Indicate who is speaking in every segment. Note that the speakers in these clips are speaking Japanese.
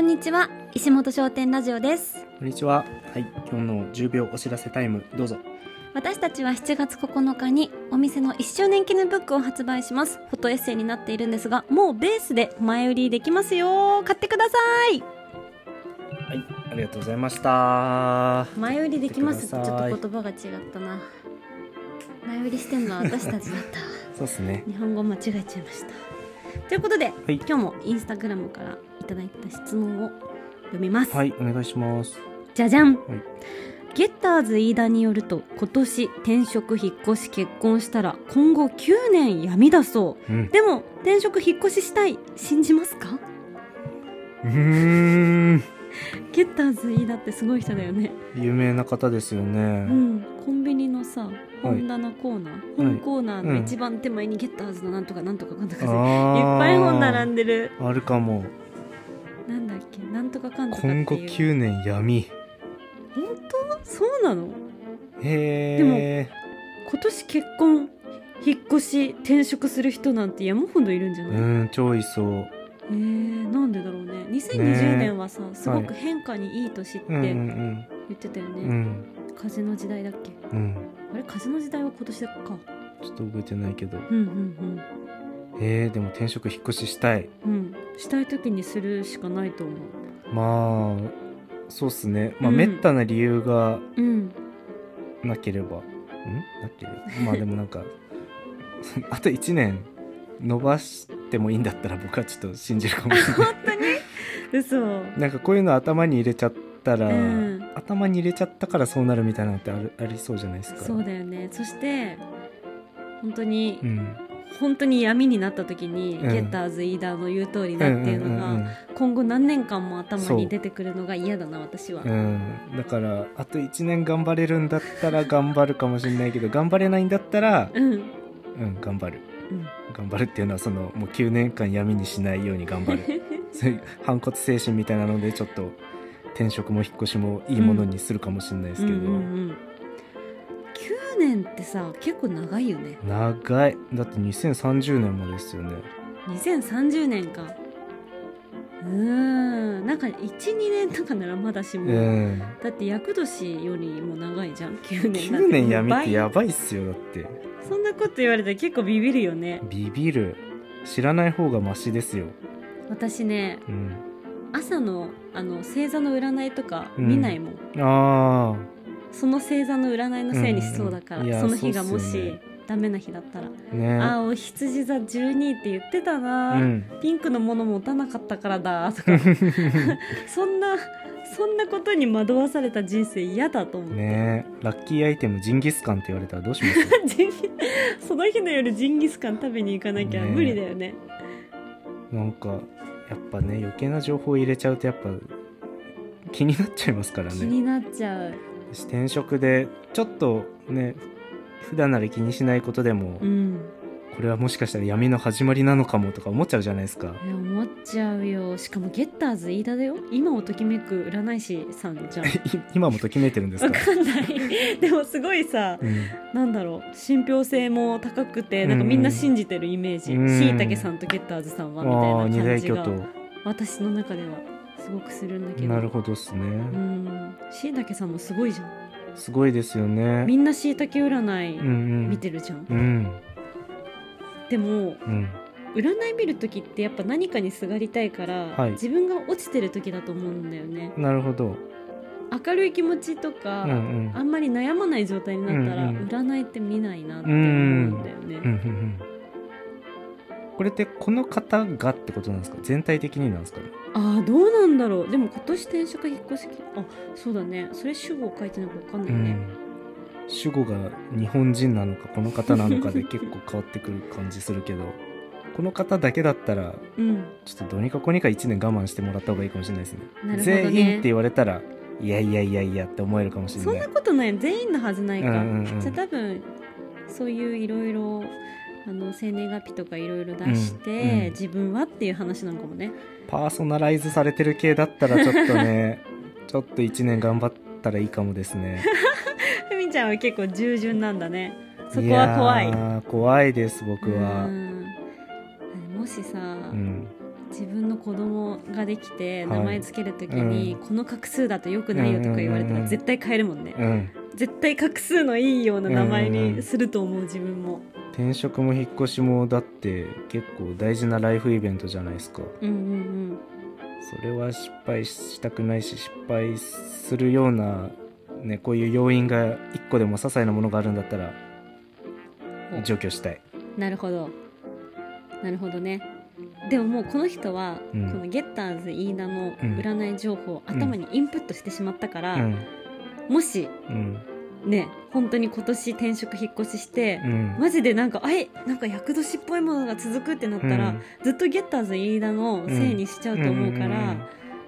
Speaker 1: んにちは石本商店ラジオです
Speaker 2: こんにちは。はい、今日の10秒お知らせタイム、どうぞ。
Speaker 1: 私たちは7月9日にお店の1周年記念ブックを発売しますフォトエッセイになっているんですがもうベースで前売りできますよ買ってください
Speaker 2: はい、ありがとうございました。
Speaker 1: 前売りできますって
Speaker 2: 買っ
Speaker 1: ちょ
Speaker 2: てく
Speaker 1: っ
Speaker 2: ださい
Speaker 1: と言葉が違ったな前売りしてんのは私たちだった
Speaker 2: そうですね。
Speaker 1: 日本語間違えちゃいましたということで、
Speaker 2: い
Speaker 1: 今日もインスタグラムからいただいた質問を読みます、
Speaker 2: はい、お願いします。
Speaker 1: じゃじゃん、
Speaker 2: い
Speaker 1: ゲッターズ飯田によると今年転職引っ越し結婚したら今後9年闇だそ
Speaker 2: う ん
Speaker 1: う。でも転職引っ越ししたい信じますか
Speaker 2: うーん、
Speaker 1: ゲッターズ飯田ってすごい人だよね、
Speaker 2: 有名な方ですよ
Speaker 1: う
Speaker 2: ね。
Speaker 1: ん、コンビニのさ本棚コーナー、本コーナーの一番手前にゲッターズのなんとかなんとかなんとか
Speaker 2: あ
Speaker 1: さいっぱい本並
Speaker 2: ん
Speaker 1: んでる
Speaker 2: あるかも。
Speaker 1: なんだっけなんとかかんとかっていう
Speaker 2: 今後9年闇。
Speaker 1: 本当そうなので
Speaker 2: へえ。
Speaker 1: 今年結婚引っ越し転職する人なんて山ほどいるんじゃない、
Speaker 2: うん、超いそう。
Speaker 1: えー、なんでだろうね2020
Speaker 2: ね
Speaker 1: 年はさ、すごく
Speaker 2: は
Speaker 1: 変化にいい年って
Speaker 2: うん、う
Speaker 1: 言
Speaker 2: ん、
Speaker 1: ってたよ
Speaker 2: う
Speaker 1: ね、
Speaker 2: ん、うん、
Speaker 1: 風の時代だっけ
Speaker 2: うん。
Speaker 1: あれ風の時代は今年か
Speaker 2: ちょっと覚えてないけど。
Speaker 1: うんうん
Speaker 2: へえ、でも転職引っ越ししたい。
Speaker 1: うんうんしたい時にするしかないと思う
Speaker 2: まあ、そうっすね。まあ、
Speaker 1: うん
Speaker 2: 滅多な理由が
Speaker 1: うん
Speaker 2: なければんな ければまあでもなんか あと1年伸ばしてもいいんだったら僕はちょっと信じるかもしれない
Speaker 1: 嘘
Speaker 2: なんかこういうの頭に入れちゃったら、
Speaker 1: うん
Speaker 2: 頭に入れちゃったからそうなるみたいなのってあるありそうじゃないですか
Speaker 1: そうだよねそして本当に、
Speaker 2: うん
Speaker 1: 本当に闇になった時に、
Speaker 2: うん
Speaker 1: ゲッターズイーダーの言う通り
Speaker 2: う
Speaker 1: だ
Speaker 2: ん
Speaker 1: っていうのが、
Speaker 2: うん
Speaker 1: 今後何年間も頭
Speaker 2: そ
Speaker 1: に
Speaker 2: う
Speaker 1: 出てくるのが嫌だな私は、
Speaker 2: うんうん、だからあと1年頑張れるんだったら頑張るかもしれないけど頑張れないんだったら、
Speaker 1: うん
Speaker 2: うん、頑張る
Speaker 1: うん
Speaker 2: 頑張るっていうのはそのもう9年間闇にしないように頑張る そういう反骨精神みたいなのでちょっと転職も引っ越しもいいものにするかもしれないですけど、
Speaker 1: うんうんうん、9年ってさ結構長いよね
Speaker 2: 長いだって2030年もですよね
Speaker 1: 2030年かうーんなんか12年とかならまだしも、
Speaker 2: うん
Speaker 1: だって厄年よりも長いじゃん9年だって
Speaker 2: 9年闇って
Speaker 1: もう
Speaker 2: やばいっすよだって
Speaker 1: 倍そんなこと言われたら結構ビビるよね
Speaker 2: ビビる知らない方がマシですよ
Speaker 1: 私ね
Speaker 2: うん
Speaker 1: 朝のあの星座の占いとか
Speaker 2: うん
Speaker 1: 見ないもん、
Speaker 2: あ
Speaker 1: その星座の占いのせいにしそうだから、
Speaker 2: うんうんいや
Speaker 1: その日がも
Speaker 2: そうっす
Speaker 1: し、
Speaker 2: よね
Speaker 1: ダメな日だったら
Speaker 2: あね
Speaker 1: あお羊座12って言ってた
Speaker 2: う
Speaker 1: な、
Speaker 2: ん
Speaker 1: ピンクのもの持たなかったからだと かそんなそんなことに惑わされた人生嫌だと思って、
Speaker 2: ねラッキーアイテムジンギスカンって言われたらどうします
Speaker 1: ジンギ その日の夜ジンギスカン食べに行かなきゃ
Speaker 2: ね
Speaker 1: 無理だよね
Speaker 2: なんかやっぱね余計な情報入れちゃうとやっぱ気になっちゃいますからね
Speaker 1: 気になっちゃう、
Speaker 2: 転職でちょっとね普段なら気にしないことでも、
Speaker 1: うん
Speaker 2: これはもしかしたら闇の始まりなのかもとか思っちゃうじゃないですか
Speaker 1: いや思っちゃうよしかもゲッターズ飯田だよ今をときめく占い師さんじゃん
Speaker 2: い今もときめいてるんです
Speaker 1: わ
Speaker 2: か、
Speaker 1: かんない でもすごいさ
Speaker 2: うん、
Speaker 1: なんだろう信憑性も高くて
Speaker 2: うん
Speaker 1: な
Speaker 2: うんん
Speaker 1: かみんな信じてるイメージ
Speaker 2: うん
Speaker 1: しいたけさんとゲッターズさん
Speaker 2: あ
Speaker 1: は
Speaker 2: あ
Speaker 1: みたい
Speaker 2: ー二
Speaker 1: な感
Speaker 2: 大
Speaker 1: じ
Speaker 2: 巨
Speaker 1: が
Speaker 2: 頭
Speaker 1: 私の中ではすごくするんだけど
Speaker 2: なるほどです
Speaker 1: う
Speaker 2: ね、
Speaker 1: んしいたけさんもすごいじゃん
Speaker 2: すごいですよね
Speaker 1: みんなしいたけ占
Speaker 2: うん
Speaker 1: い
Speaker 2: うん
Speaker 1: 見てるじゃん、
Speaker 2: うん
Speaker 1: でも
Speaker 2: うん
Speaker 1: 占い見る時ってやっぱ何かにすがりたいから、
Speaker 2: はい
Speaker 1: 自分が落ちてる時だと思うんだよね
Speaker 2: なるほど
Speaker 1: 明るい気持ちと
Speaker 2: う
Speaker 1: か、
Speaker 2: んうん
Speaker 1: あんまり悩まない状態になったら、
Speaker 2: うんうん
Speaker 1: 占いって見ないなって思うんだよね、
Speaker 2: うんうんうんこれってこの方がってことなんですか全体的になんですかね
Speaker 1: ああどうなんだろうでも今年転職引っ越しあそうだねそれ主語書いてないか分かんな
Speaker 2: う
Speaker 1: いね、
Speaker 2: ん、主語が日本人なのかこの方なのかで結構変わってくる感じするけどこの方だけだったら
Speaker 1: うん
Speaker 2: ちょっとどうにかこうにか1年我慢してもらった方がいいかもしれないですね
Speaker 1: なるほどね
Speaker 2: 全員って言われたらいやいやいやいやって思えるかもしれ
Speaker 1: そん
Speaker 2: な
Speaker 1: ないことない全員のはずないか、
Speaker 2: うんうんうん
Speaker 1: じゃあ多分そういういろいろあの生年月日とかいろいろ出して、
Speaker 2: うんうん
Speaker 1: 自分はっていう話なのかもね
Speaker 2: パーソナライズされてる系だったらちょっとね ちょっと1年頑張ったらいいかもですね
Speaker 1: ふみちゃんは結構従順なんだね そこは怖い
Speaker 2: やー怖いです僕は
Speaker 1: うんもしさ、
Speaker 2: うん
Speaker 1: 自分の子供ができて
Speaker 2: はい
Speaker 1: 名前つけるときに、
Speaker 2: う
Speaker 1: この画数だとよくないよとか言われた
Speaker 2: うんうんうんう
Speaker 1: ら
Speaker 2: ん
Speaker 1: 絶対変えるもんね、
Speaker 2: うん
Speaker 1: 絶対画数のいいような名前
Speaker 2: うんう
Speaker 1: に
Speaker 2: ん
Speaker 1: すると思う自分も
Speaker 2: 転職も引っ越しもだって結構大事なライフイベントじゃないですか
Speaker 1: うんうん
Speaker 2: それは失敗したくないし失敗するようなねこういう要因が一個でも些細なものがあるんだったら
Speaker 1: お
Speaker 2: 除去したい
Speaker 1: うんなるほどなるほどねでももうこの人は、
Speaker 2: うん
Speaker 1: このゲッターズ飯田の
Speaker 2: うん
Speaker 1: 占い情報を頭にインプットしてしまったか
Speaker 2: う
Speaker 1: ら、
Speaker 2: ん
Speaker 1: もし
Speaker 2: うん
Speaker 1: ね本当に今年転職引っ越しして
Speaker 2: う、ん
Speaker 1: マジでなんかあれなんか厄年っぽいものが続くってなったら、ずっとゲッターズ飯田のせいにしちゃうと思うから、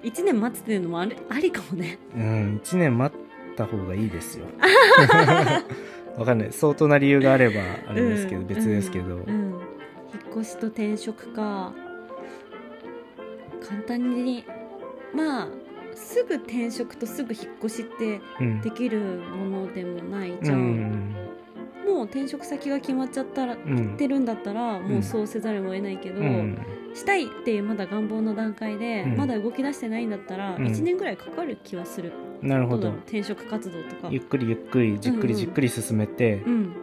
Speaker 1: 一1年待つっていうのもあれありかもね
Speaker 2: うん、うん、1年待った方がい いですよわかんない相当な理由があればあれですけど、
Speaker 1: うん
Speaker 2: 別ですけど、
Speaker 1: うん引っ越しと転職か簡単にまあすぐ転職とすぐ引っ越しって
Speaker 2: うん
Speaker 1: できるものでもないじ
Speaker 2: う
Speaker 1: ゃん、
Speaker 2: ん
Speaker 1: もう転職先が決まっちゃったら、
Speaker 2: うんうん
Speaker 1: ってるんだったらもううんそうせざるを得ないけど、
Speaker 2: うん
Speaker 1: したいっていうまだ願望の段階で、
Speaker 2: うん
Speaker 1: まだ動き出してないんだったら、
Speaker 2: うん
Speaker 1: 1年ぐらいかかる気はする、
Speaker 2: なるほ
Speaker 1: だ
Speaker 2: ど
Speaker 1: ろう転職活動とか
Speaker 2: ゆっくりゆっくりじっくりじっくり進めて、
Speaker 1: うん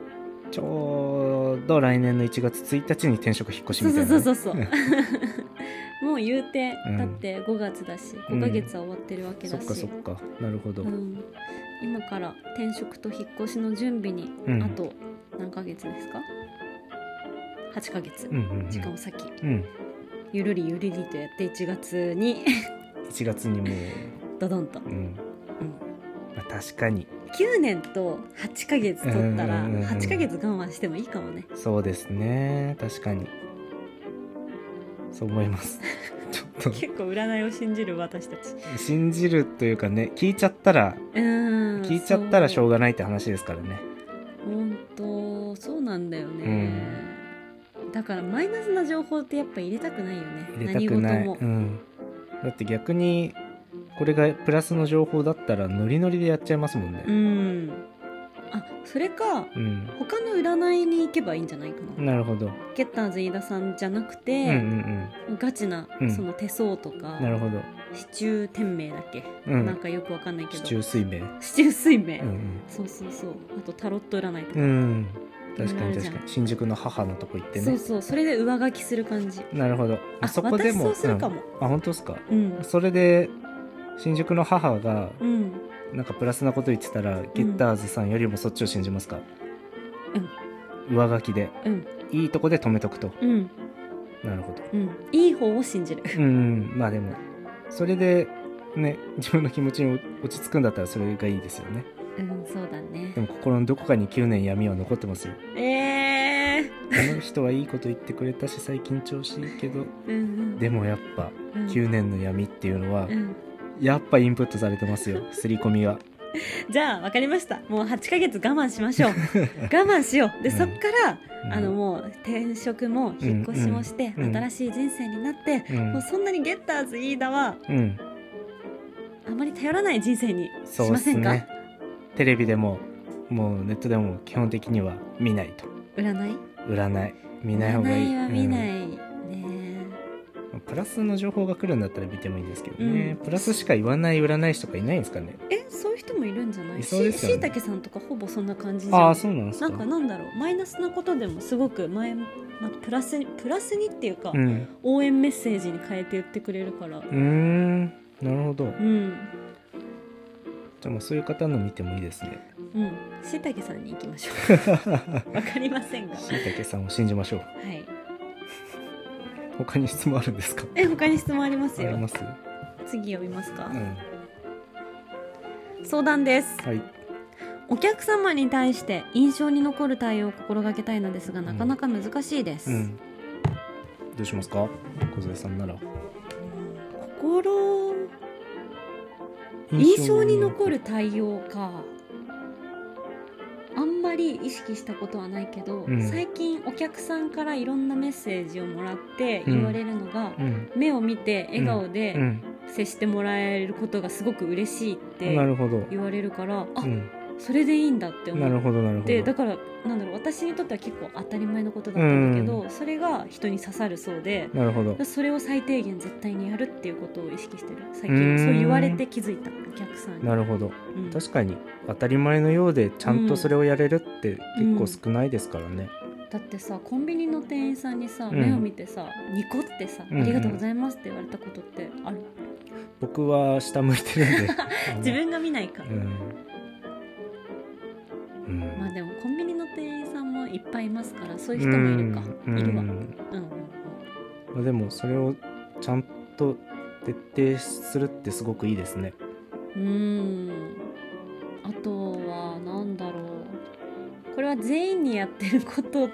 Speaker 2: ちょうど来年の1月1日に転職引っ越し
Speaker 1: そう
Speaker 2: み
Speaker 1: そ
Speaker 2: た
Speaker 1: う
Speaker 2: いなね、
Speaker 1: そうそうそう もう言うて、
Speaker 2: うん
Speaker 1: だって5月だし5ヶ月は終わってるわけ
Speaker 2: そ
Speaker 1: だ
Speaker 2: っ
Speaker 1: し、
Speaker 2: かそっかなるほど、
Speaker 1: うん今から転職と引っ越しの準備に、
Speaker 2: うん
Speaker 1: あと何ヶ月ですか8ヶ月、
Speaker 2: うんうんうん
Speaker 1: 時間を先
Speaker 2: うん、
Speaker 1: ゆるりゆるりとやって1月に
Speaker 2: 1月にも
Speaker 1: ドドンと
Speaker 2: う、うんまあ、確かに
Speaker 1: 9年と8ヶ月取ったら
Speaker 2: うんうんうんうん
Speaker 1: 8ヶ月我慢してもいいかもね
Speaker 2: そうですね確かにそう思います ちょっと
Speaker 1: 結構占いを信じる私たち
Speaker 2: 信じるというかね聞いちゃったら
Speaker 1: うん
Speaker 2: 聞いちゃったらしょう
Speaker 1: が
Speaker 2: がないって話ですからね
Speaker 1: 本当そうなんだよね、だからマイナスな情報ってやっぱ入れたくないよね
Speaker 2: 入れたくない、
Speaker 1: 何事
Speaker 2: う
Speaker 1: も
Speaker 2: ん、だって逆にこれがプラスの情報だったらノリノリでやっちゃいますもんね
Speaker 1: うん、あそれか
Speaker 2: うん、
Speaker 1: 他の占いに行けばいいんじゃないかな、
Speaker 2: なるほど、
Speaker 1: ゲッターズ飯田さんじゃなく
Speaker 2: うんうん
Speaker 1: て、
Speaker 2: うん
Speaker 1: ガチな
Speaker 2: うん
Speaker 1: その手相とか、
Speaker 2: なるほど。
Speaker 1: 市中天命だっけ、
Speaker 2: う
Speaker 1: なん
Speaker 2: ん。
Speaker 1: かよくわかんないけ
Speaker 2: 市
Speaker 1: ど
Speaker 2: 中水明。
Speaker 1: 市中水命、
Speaker 2: うん
Speaker 1: そうそうそうあとタロット占いと
Speaker 2: う
Speaker 1: か、
Speaker 2: ん。うん。確
Speaker 1: 気に
Speaker 2: か
Speaker 1: な
Speaker 2: に
Speaker 1: るじ
Speaker 2: 確
Speaker 1: ゃん
Speaker 2: かに。新宿の母のとこ行って
Speaker 1: そう
Speaker 2: ね。
Speaker 1: そうそれで上書きする感じ
Speaker 2: なるほど。
Speaker 1: あ
Speaker 2: そこで
Speaker 1: 私
Speaker 2: も。
Speaker 1: そうするかも
Speaker 2: うんあ、本当ですか。
Speaker 1: うん
Speaker 2: それで、新宿の母が、
Speaker 1: うん
Speaker 2: なんかプラスなこと言ってたら、ゲッターズさんよりもそっちを信じますか上書きで。
Speaker 1: うん
Speaker 2: いいとこで止めとくと。
Speaker 1: うん
Speaker 2: なるほど。
Speaker 1: うんいい方を信じる
Speaker 2: うん。まあでも、それで、ね、自分の気持ちに落ち着くんだったらそれがいいですよね。
Speaker 1: うんそうだね
Speaker 2: でも心のどこかに9年闇は残ってますよ。
Speaker 1: ええ
Speaker 2: この人はいいこと言ってくれたし最近調子いいけど
Speaker 1: うんうん
Speaker 2: でもやっぱ
Speaker 1: うん
Speaker 2: 9年の闇っていうのは
Speaker 1: うん
Speaker 2: やっぱインプットされてますよ刷り込みが
Speaker 1: じゃあ分かりましたもう8ヶ月我慢しま しょう我慢しようで、
Speaker 2: うん
Speaker 1: そっから、
Speaker 2: うん
Speaker 1: あのもう転職も引っ越しもして、
Speaker 2: うんうん
Speaker 1: 新しい人生になって、
Speaker 2: うん
Speaker 1: もうそんなにゲッターズ飯田は
Speaker 2: うん
Speaker 1: あまり頼らない人生に
Speaker 2: そ
Speaker 1: し
Speaker 2: う
Speaker 1: ま
Speaker 2: で
Speaker 1: せ
Speaker 2: す
Speaker 1: んか、
Speaker 2: ねテレビでももうネットでも基本的には見ないと
Speaker 1: 占い
Speaker 2: 占い見ない方がいい、
Speaker 1: 占いは見ないい、ね
Speaker 2: うんプラスの情報が来るんだったら見てもいいんですけどね、
Speaker 1: うん
Speaker 2: プラスしか言わない占い師とかいないんですかね
Speaker 1: えそういう人もいるんじゃない
Speaker 2: いそうですよね
Speaker 1: しいたけさんとかほぼそんな感じじゃん
Speaker 2: ああそうなんです
Speaker 1: な
Speaker 2: か
Speaker 1: んかなんだろうマイナスなことでもすごく前、まあ、プラスにプラスにっていうか、
Speaker 2: うん
Speaker 1: 応援メッセージに変えて言ってくれるから
Speaker 2: うーんなるほど
Speaker 1: うん
Speaker 2: じゃあもうそういう方の見てもいいですね
Speaker 1: うんしいたけさんに行きましょ うわかりませんがは
Speaker 2: しいたけさんを信じましょう
Speaker 1: い
Speaker 2: 他に質問あるんですか
Speaker 1: え他に質問ありま
Speaker 2: あ
Speaker 1: す
Speaker 2: り
Speaker 1: よ
Speaker 2: ます
Speaker 1: 次読みますか
Speaker 2: う、ん
Speaker 1: 相談です
Speaker 2: はい
Speaker 1: お客様に対して印象に残る対応を心がけたいのですがなかなか難しいです、
Speaker 2: うんどうしますか小添さんなら
Speaker 1: 心印象に残る対応かあんまり意識したことはないけど、
Speaker 2: ん
Speaker 1: 最近お客さんからいろんなメッセージをもらって
Speaker 2: うん
Speaker 1: 言われるのが、
Speaker 2: うん
Speaker 1: 目を見て笑顔
Speaker 2: う
Speaker 1: で
Speaker 2: ん
Speaker 1: 接してもらえることがすごく嬉しいって
Speaker 2: なるほど
Speaker 1: 言われるから、あ
Speaker 2: うん
Speaker 1: それでいいんだって
Speaker 2: な
Speaker 1: 思
Speaker 2: る
Speaker 1: っ
Speaker 2: ほどなるほ
Speaker 1: てだ
Speaker 2: ど
Speaker 1: からなんだろう私にとっては結構当たり前のことだったんだけど、それが人に刺さるそうで
Speaker 2: なるほど
Speaker 1: それを最低限絶対にやるっていうことを意識してる最
Speaker 2: う
Speaker 1: 近
Speaker 2: ん
Speaker 1: そう言われて気づいたお客さんに
Speaker 2: なるほど
Speaker 1: うん
Speaker 2: 確かに当たり前のようでちゃんとそれをやれるって結構少ないですからね、
Speaker 1: だってさコンビニの店員さんにさ
Speaker 2: うん
Speaker 1: 目を見てさ、ニコってさ、
Speaker 2: うんうん
Speaker 1: ありがとうございますって言われたことってある
Speaker 2: 僕は下向いてるんで
Speaker 1: 自分が見ないから、
Speaker 2: うん、うん
Speaker 1: まあでもコンビニの店員さんもいっぱいいますからそういう人もいるか、
Speaker 2: うん
Speaker 1: いるわ、
Speaker 2: う
Speaker 1: うんう
Speaker 2: ん
Speaker 1: んうん、
Speaker 2: まあでもそれをちゃんと徹底するってすごくいいですね
Speaker 1: うーんあとはなんだろうこれは全員にやってること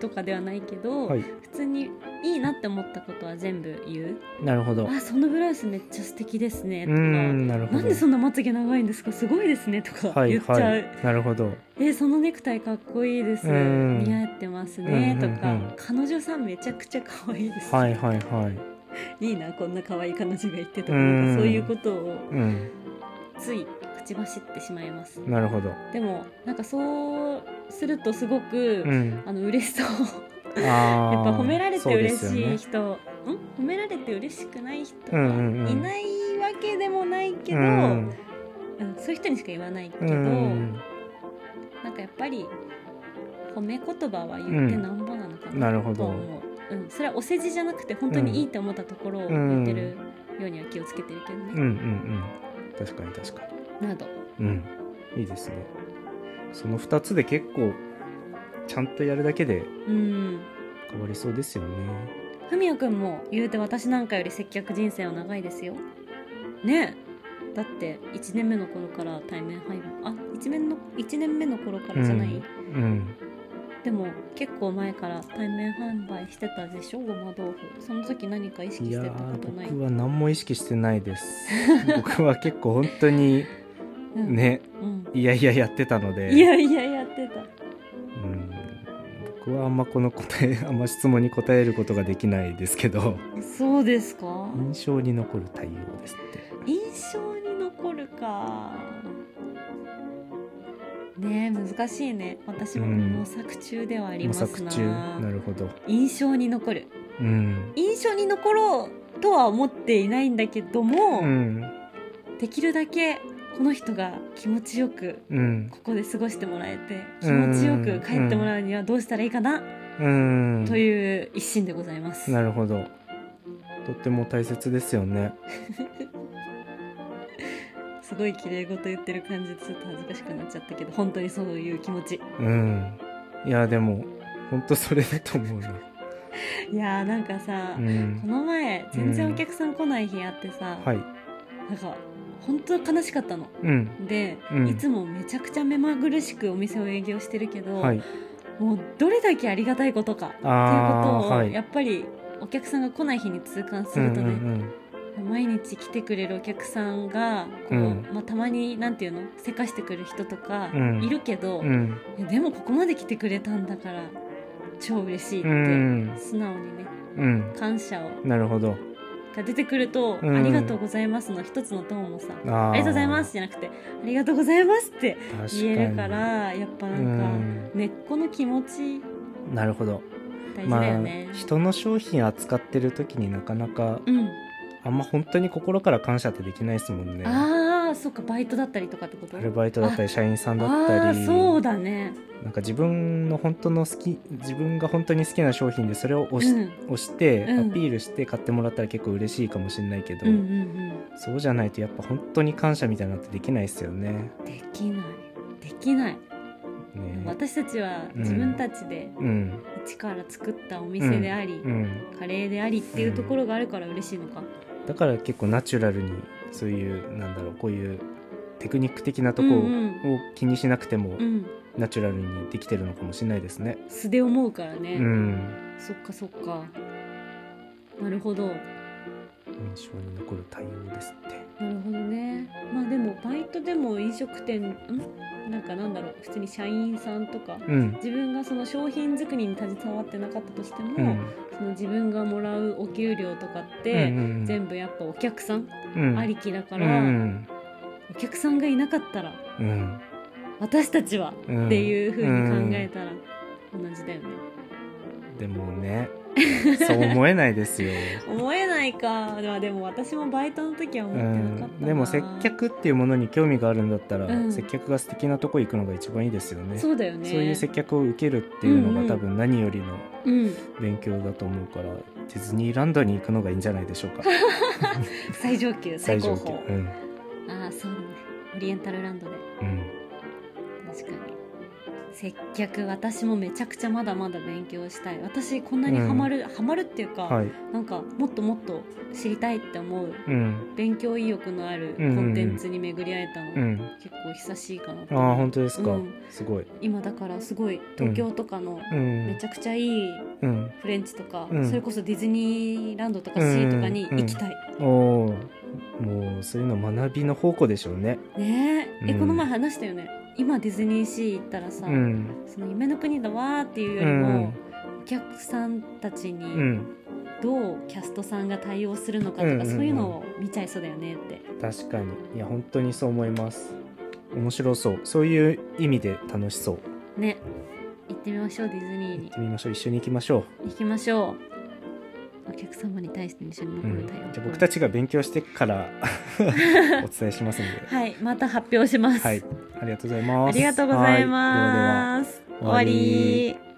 Speaker 1: とかではないけど、
Speaker 2: はい
Speaker 1: 普通にいいなって思ったことは全部言う
Speaker 2: なるほど
Speaker 1: あそのブラウスめっちゃ素敵ですね
Speaker 2: う
Speaker 1: とか、
Speaker 2: んなるほ
Speaker 1: な
Speaker 2: ど
Speaker 1: んでそんなまつげ長いんですかすごいですねとか言っちゃう、
Speaker 2: はいはい、なるほど
Speaker 1: えそのネクタイかっこいいです、
Speaker 2: うん
Speaker 1: 似合ってますね、
Speaker 2: うんうんうん
Speaker 1: とか彼女さんめちゃくちゃ可愛いです、
Speaker 2: はいはいはい
Speaker 1: いいなこんな可愛い彼女がいてとか,、
Speaker 2: うん
Speaker 1: そういうことを
Speaker 2: うん
Speaker 1: つい口走ってしまいます
Speaker 2: なるほど
Speaker 1: でもなんかそうするとすごく、
Speaker 2: うん
Speaker 1: あの嬉しそう
Speaker 2: あー
Speaker 1: やっぱ褒められて嬉
Speaker 2: そう
Speaker 1: しい
Speaker 2: ですよ
Speaker 1: 人、ん
Speaker 2: ね
Speaker 1: 褒められて嬉しくない人
Speaker 2: う
Speaker 1: が
Speaker 2: んうんうん
Speaker 1: いないわけでもないけど、
Speaker 2: う
Speaker 1: うん
Speaker 2: ん
Speaker 1: そういう人にしか言わないけど、
Speaker 2: うん
Speaker 1: なんかやっぱり褒め言葉は言ってなんぼなのか
Speaker 2: うんな
Speaker 1: な
Speaker 2: るほど
Speaker 1: と思う、うんそれはお世辞じゃなくて本当にいいと思ったところを言ってるようには気をつけてるけど
Speaker 2: うんうんう
Speaker 1: ね、
Speaker 2: ん確かに確か
Speaker 1: など
Speaker 2: にうんいいですねその2つで結構ちゃんとやるだけで
Speaker 1: うん
Speaker 2: 変わりそうですよね
Speaker 1: ふみやくんも言うて私なんかより接客人生は長いですよねえだって1年目の頃から対面配分あ一年の1年目の頃からじゃない、
Speaker 2: うん
Speaker 1: でも結構前から対面販売してたでしょごま豆腐その時何か意識
Speaker 2: い
Speaker 1: し
Speaker 2: や
Speaker 1: てたこ
Speaker 2: ー
Speaker 1: とない
Speaker 2: 僕は何も意識してないです 僕は結構本当に
Speaker 1: うん
Speaker 2: ね
Speaker 1: うん
Speaker 2: いやいややってたので
Speaker 1: いやいややってた
Speaker 2: うん僕はあんまこの答えあんま質問に答えることができないですけど
Speaker 1: そうですか
Speaker 2: 印象に残る対応ですって
Speaker 1: 印象に残るかねえ難しいね私も
Speaker 2: うん
Speaker 1: 模索中ではあり
Speaker 2: 模
Speaker 1: ますな、
Speaker 2: 索中なるほど
Speaker 1: 印象に残る
Speaker 2: うん、
Speaker 1: 印象に残ろうとは思っていないんだけども、
Speaker 2: うん
Speaker 1: できるだけこの人が気持ちよく
Speaker 2: うん
Speaker 1: ここで過ごしてもらえて気
Speaker 2: うん
Speaker 1: 持ちよく帰ってもらうにはどうしたらいいかな、
Speaker 2: うん
Speaker 1: という一心でございます。
Speaker 2: なるほどとっても大切ですよね
Speaker 1: すごい綺麗事言ってる感じでちょっと恥ずかしくなっちゃったけど本当にそういう気持ち。
Speaker 2: うんいやでも本当それだと思うな、
Speaker 1: いやーなんかさ、
Speaker 2: うん
Speaker 1: こ、の前全然お客さん来ない日あってさ、
Speaker 2: はい
Speaker 1: なんか本当悲しかったの。
Speaker 2: うん
Speaker 1: で、
Speaker 2: うん
Speaker 1: いつもめちゃくちゃ目まぐるしくお店を営業してるけど、
Speaker 2: はい
Speaker 1: もうどれだけありがたいことかっていう
Speaker 2: あ
Speaker 1: ことを、
Speaker 2: ーはい
Speaker 1: やっぱりお客さんが来ない日に痛感すると
Speaker 2: う
Speaker 1: ね、
Speaker 2: んうんうん
Speaker 1: 毎日来てくれるお客さんがこう、
Speaker 2: うん
Speaker 1: まあ、たまになんていうのせかしてくる人とか
Speaker 2: うん
Speaker 1: いるけど、
Speaker 2: うん
Speaker 1: いやでもここまで来てくれたんだから超嬉しいって、
Speaker 2: うん
Speaker 1: 素直にね
Speaker 2: うん
Speaker 1: 感謝を
Speaker 2: なるほど
Speaker 1: が出てくると、
Speaker 2: うん
Speaker 1: ありがとうございます」の一つのトーンもさ
Speaker 2: あ
Speaker 1: 「あ
Speaker 2: ー
Speaker 1: りがとうございます」じゃなくて「ありがとうございます」って
Speaker 2: 確かに
Speaker 1: 言えるからやっぱなんか、
Speaker 2: うん
Speaker 1: 根っこの気持ち
Speaker 2: なるほど
Speaker 1: 大事
Speaker 2: ま
Speaker 1: だよ
Speaker 2: あ
Speaker 1: ね。
Speaker 2: 人の商品扱ってる時になかなか
Speaker 1: うん、
Speaker 2: あんま本当に心から感謝ってできないですもんねア
Speaker 1: ああそっかバイトだったりとかってこと
Speaker 2: ルバイトだったり社員さんだ
Speaker 1: あ
Speaker 2: った
Speaker 1: あ
Speaker 2: り
Speaker 1: そうだね
Speaker 2: なんか自分の本当の好き自分が本当に好きな商品でそれを押し,、
Speaker 1: うん
Speaker 2: 押して
Speaker 1: うん
Speaker 2: アピールして買ってもらったら結構嬉しいかもしれないけど、
Speaker 1: うんうん
Speaker 2: そうじゃないとやっぱ本当に感謝みたいなのってできないですよね。
Speaker 1: うんできないできない、
Speaker 2: ね
Speaker 1: 私たちは
Speaker 2: うん
Speaker 1: 自分たちで
Speaker 2: うん
Speaker 1: 一から作ったお店であり、
Speaker 2: うん、
Speaker 1: カレーでありっていうところがあるから嬉しいのか、
Speaker 2: だから結構ナチュラルにそういうなんだろうこういうテクニック的なとこを,、
Speaker 1: うん
Speaker 2: 気にしなくても
Speaker 1: うん、
Speaker 2: ナチュラルにできてるのかもしれないですね。
Speaker 1: 素で思うから
Speaker 2: う
Speaker 1: ね、
Speaker 2: ん、
Speaker 1: そっかそっかなるほどな
Speaker 2: 印象に残る対応ですって。
Speaker 1: るほどねまあでもバイトでも飲食店んなんかなんだろう普通に社員さんとか
Speaker 2: うん、
Speaker 1: 自分がその商品作りに携わってなかったとしても、
Speaker 2: うん、
Speaker 1: その自分がもらうお給料とかっ
Speaker 2: う
Speaker 1: て、
Speaker 2: ん
Speaker 1: 全部やっぱお客さん
Speaker 2: うん
Speaker 1: ありきだか
Speaker 2: う
Speaker 1: ら、
Speaker 2: ん
Speaker 1: お客さんがいなかったら
Speaker 2: うん、
Speaker 1: 私たちは、
Speaker 2: うん
Speaker 1: っていう風に考えたら同じだよね、
Speaker 2: でもねそう思えないですよ、
Speaker 1: 思えないか、まあ、でも私もバイトの時は
Speaker 2: う
Speaker 1: 思ってなかった
Speaker 2: ん、
Speaker 1: な
Speaker 2: でも接客っていうものに興味があるんだったら、
Speaker 1: うん
Speaker 2: 接客が素敵なとこ行くのが一番いいですよね
Speaker 1: そうだよね
Speaker 2: そういう接客を受けるっていうの
Speaker 1: うんう
Speaker 2: が
Speaker 1: ん
Speaker 2: 多分何よりの
Speaker 1: うん
Speaker 2: 勉強だと思うから、ディズニーランドに行くのがいいんじゃないでしょうか
Speaker 1: 最上 級 最
Speaker 2: 最
Speaker 1: 高
Speaker 2: 上級
Speaker 1: 峰、
Speaker 2: うん、
Speaker 1: ああそうだねオリエンタルランドで
Speaker 2: うん、
Speaker 1: 確かに接客私もめちゃくちゃまだまだ勉強したい私こんなにハマる、ハマるっていうか、
Speaker 2: はい、
Speaker 1: なんかもっともっと知りたいって思う
Speaker 2: うん、
Speaker 1: 勉強意欲のあるコ
Speaker 2: うんうんうん
Speaker 1: ンテンツに巡り会えたの、
Speaker 2: うん
Speaker 1: 結構久しいかな
Speaker 2: あ
Speaker 1: と
Speaker 2: あ
Speaker 1: 思う
Speaker 2: 本当ですか、
Speaker 1: うん
Speaker 2: すごい
Speaker 1: 今だからすごい東京とかの
Speaker 2: うん
Speaker 1: めちゃくちゃいい
Speaker 2: うん
Speaker 1: フレンチとか、
Speaker 2: うん
Speaker 1: それこそディズニーランドとかシーとかに行きたい、
Speaker 2: おおもうそういうの学びの宝庫でしょうね
Speaker 1: ねええ
Speaker 2: うん
Speaker 1: この前話したよね今ディズニーシー行ったらさ、
Speaker 2: うん
Speaker 1: その夢の国だわーっていうよ
Speaker 2: う
Speaker 1: りも、
Speaker 2: ん
Speaker 1: お客さんたち
Speaker 2: う
Speaker 1: に
Speaker 2: ん
Speaker 1: どうキャストさんが対応するのかとか、
Speaker 2: うんうんうん
Speaker 1: そういうのを見ちゃいそうだよねって
Speaker 2: 確かにいや本当にそう思います面白そうそういう意味で楽しそう
Speaker 1: ね行ってみましょうディズニー
Speaker 2: 行っ
Speaker 1: に
Speaker 2: てみましょう一緒に行きましょ
Speaker 1: 行きましょうお客様に対して一緒に
Speaker 2: う、う
Speaker 1: 残
Speaker 2: ん
Speaker 1: る対応、
Speaker 2: じゃあ僕たちが勉強してから お伝えしますんで
Speaker 1: はいまた発表します、
Speaker 2: はいありがとうございます
Speaker 1: ありがとうござい
Speaker 2: はいではでは
Speaker 1: ます、
Speaker 2: 終
Speaker 1: 終
Speaker 2: わ
Speaker 1: わ
Speaker 2: り
Speaker 1: り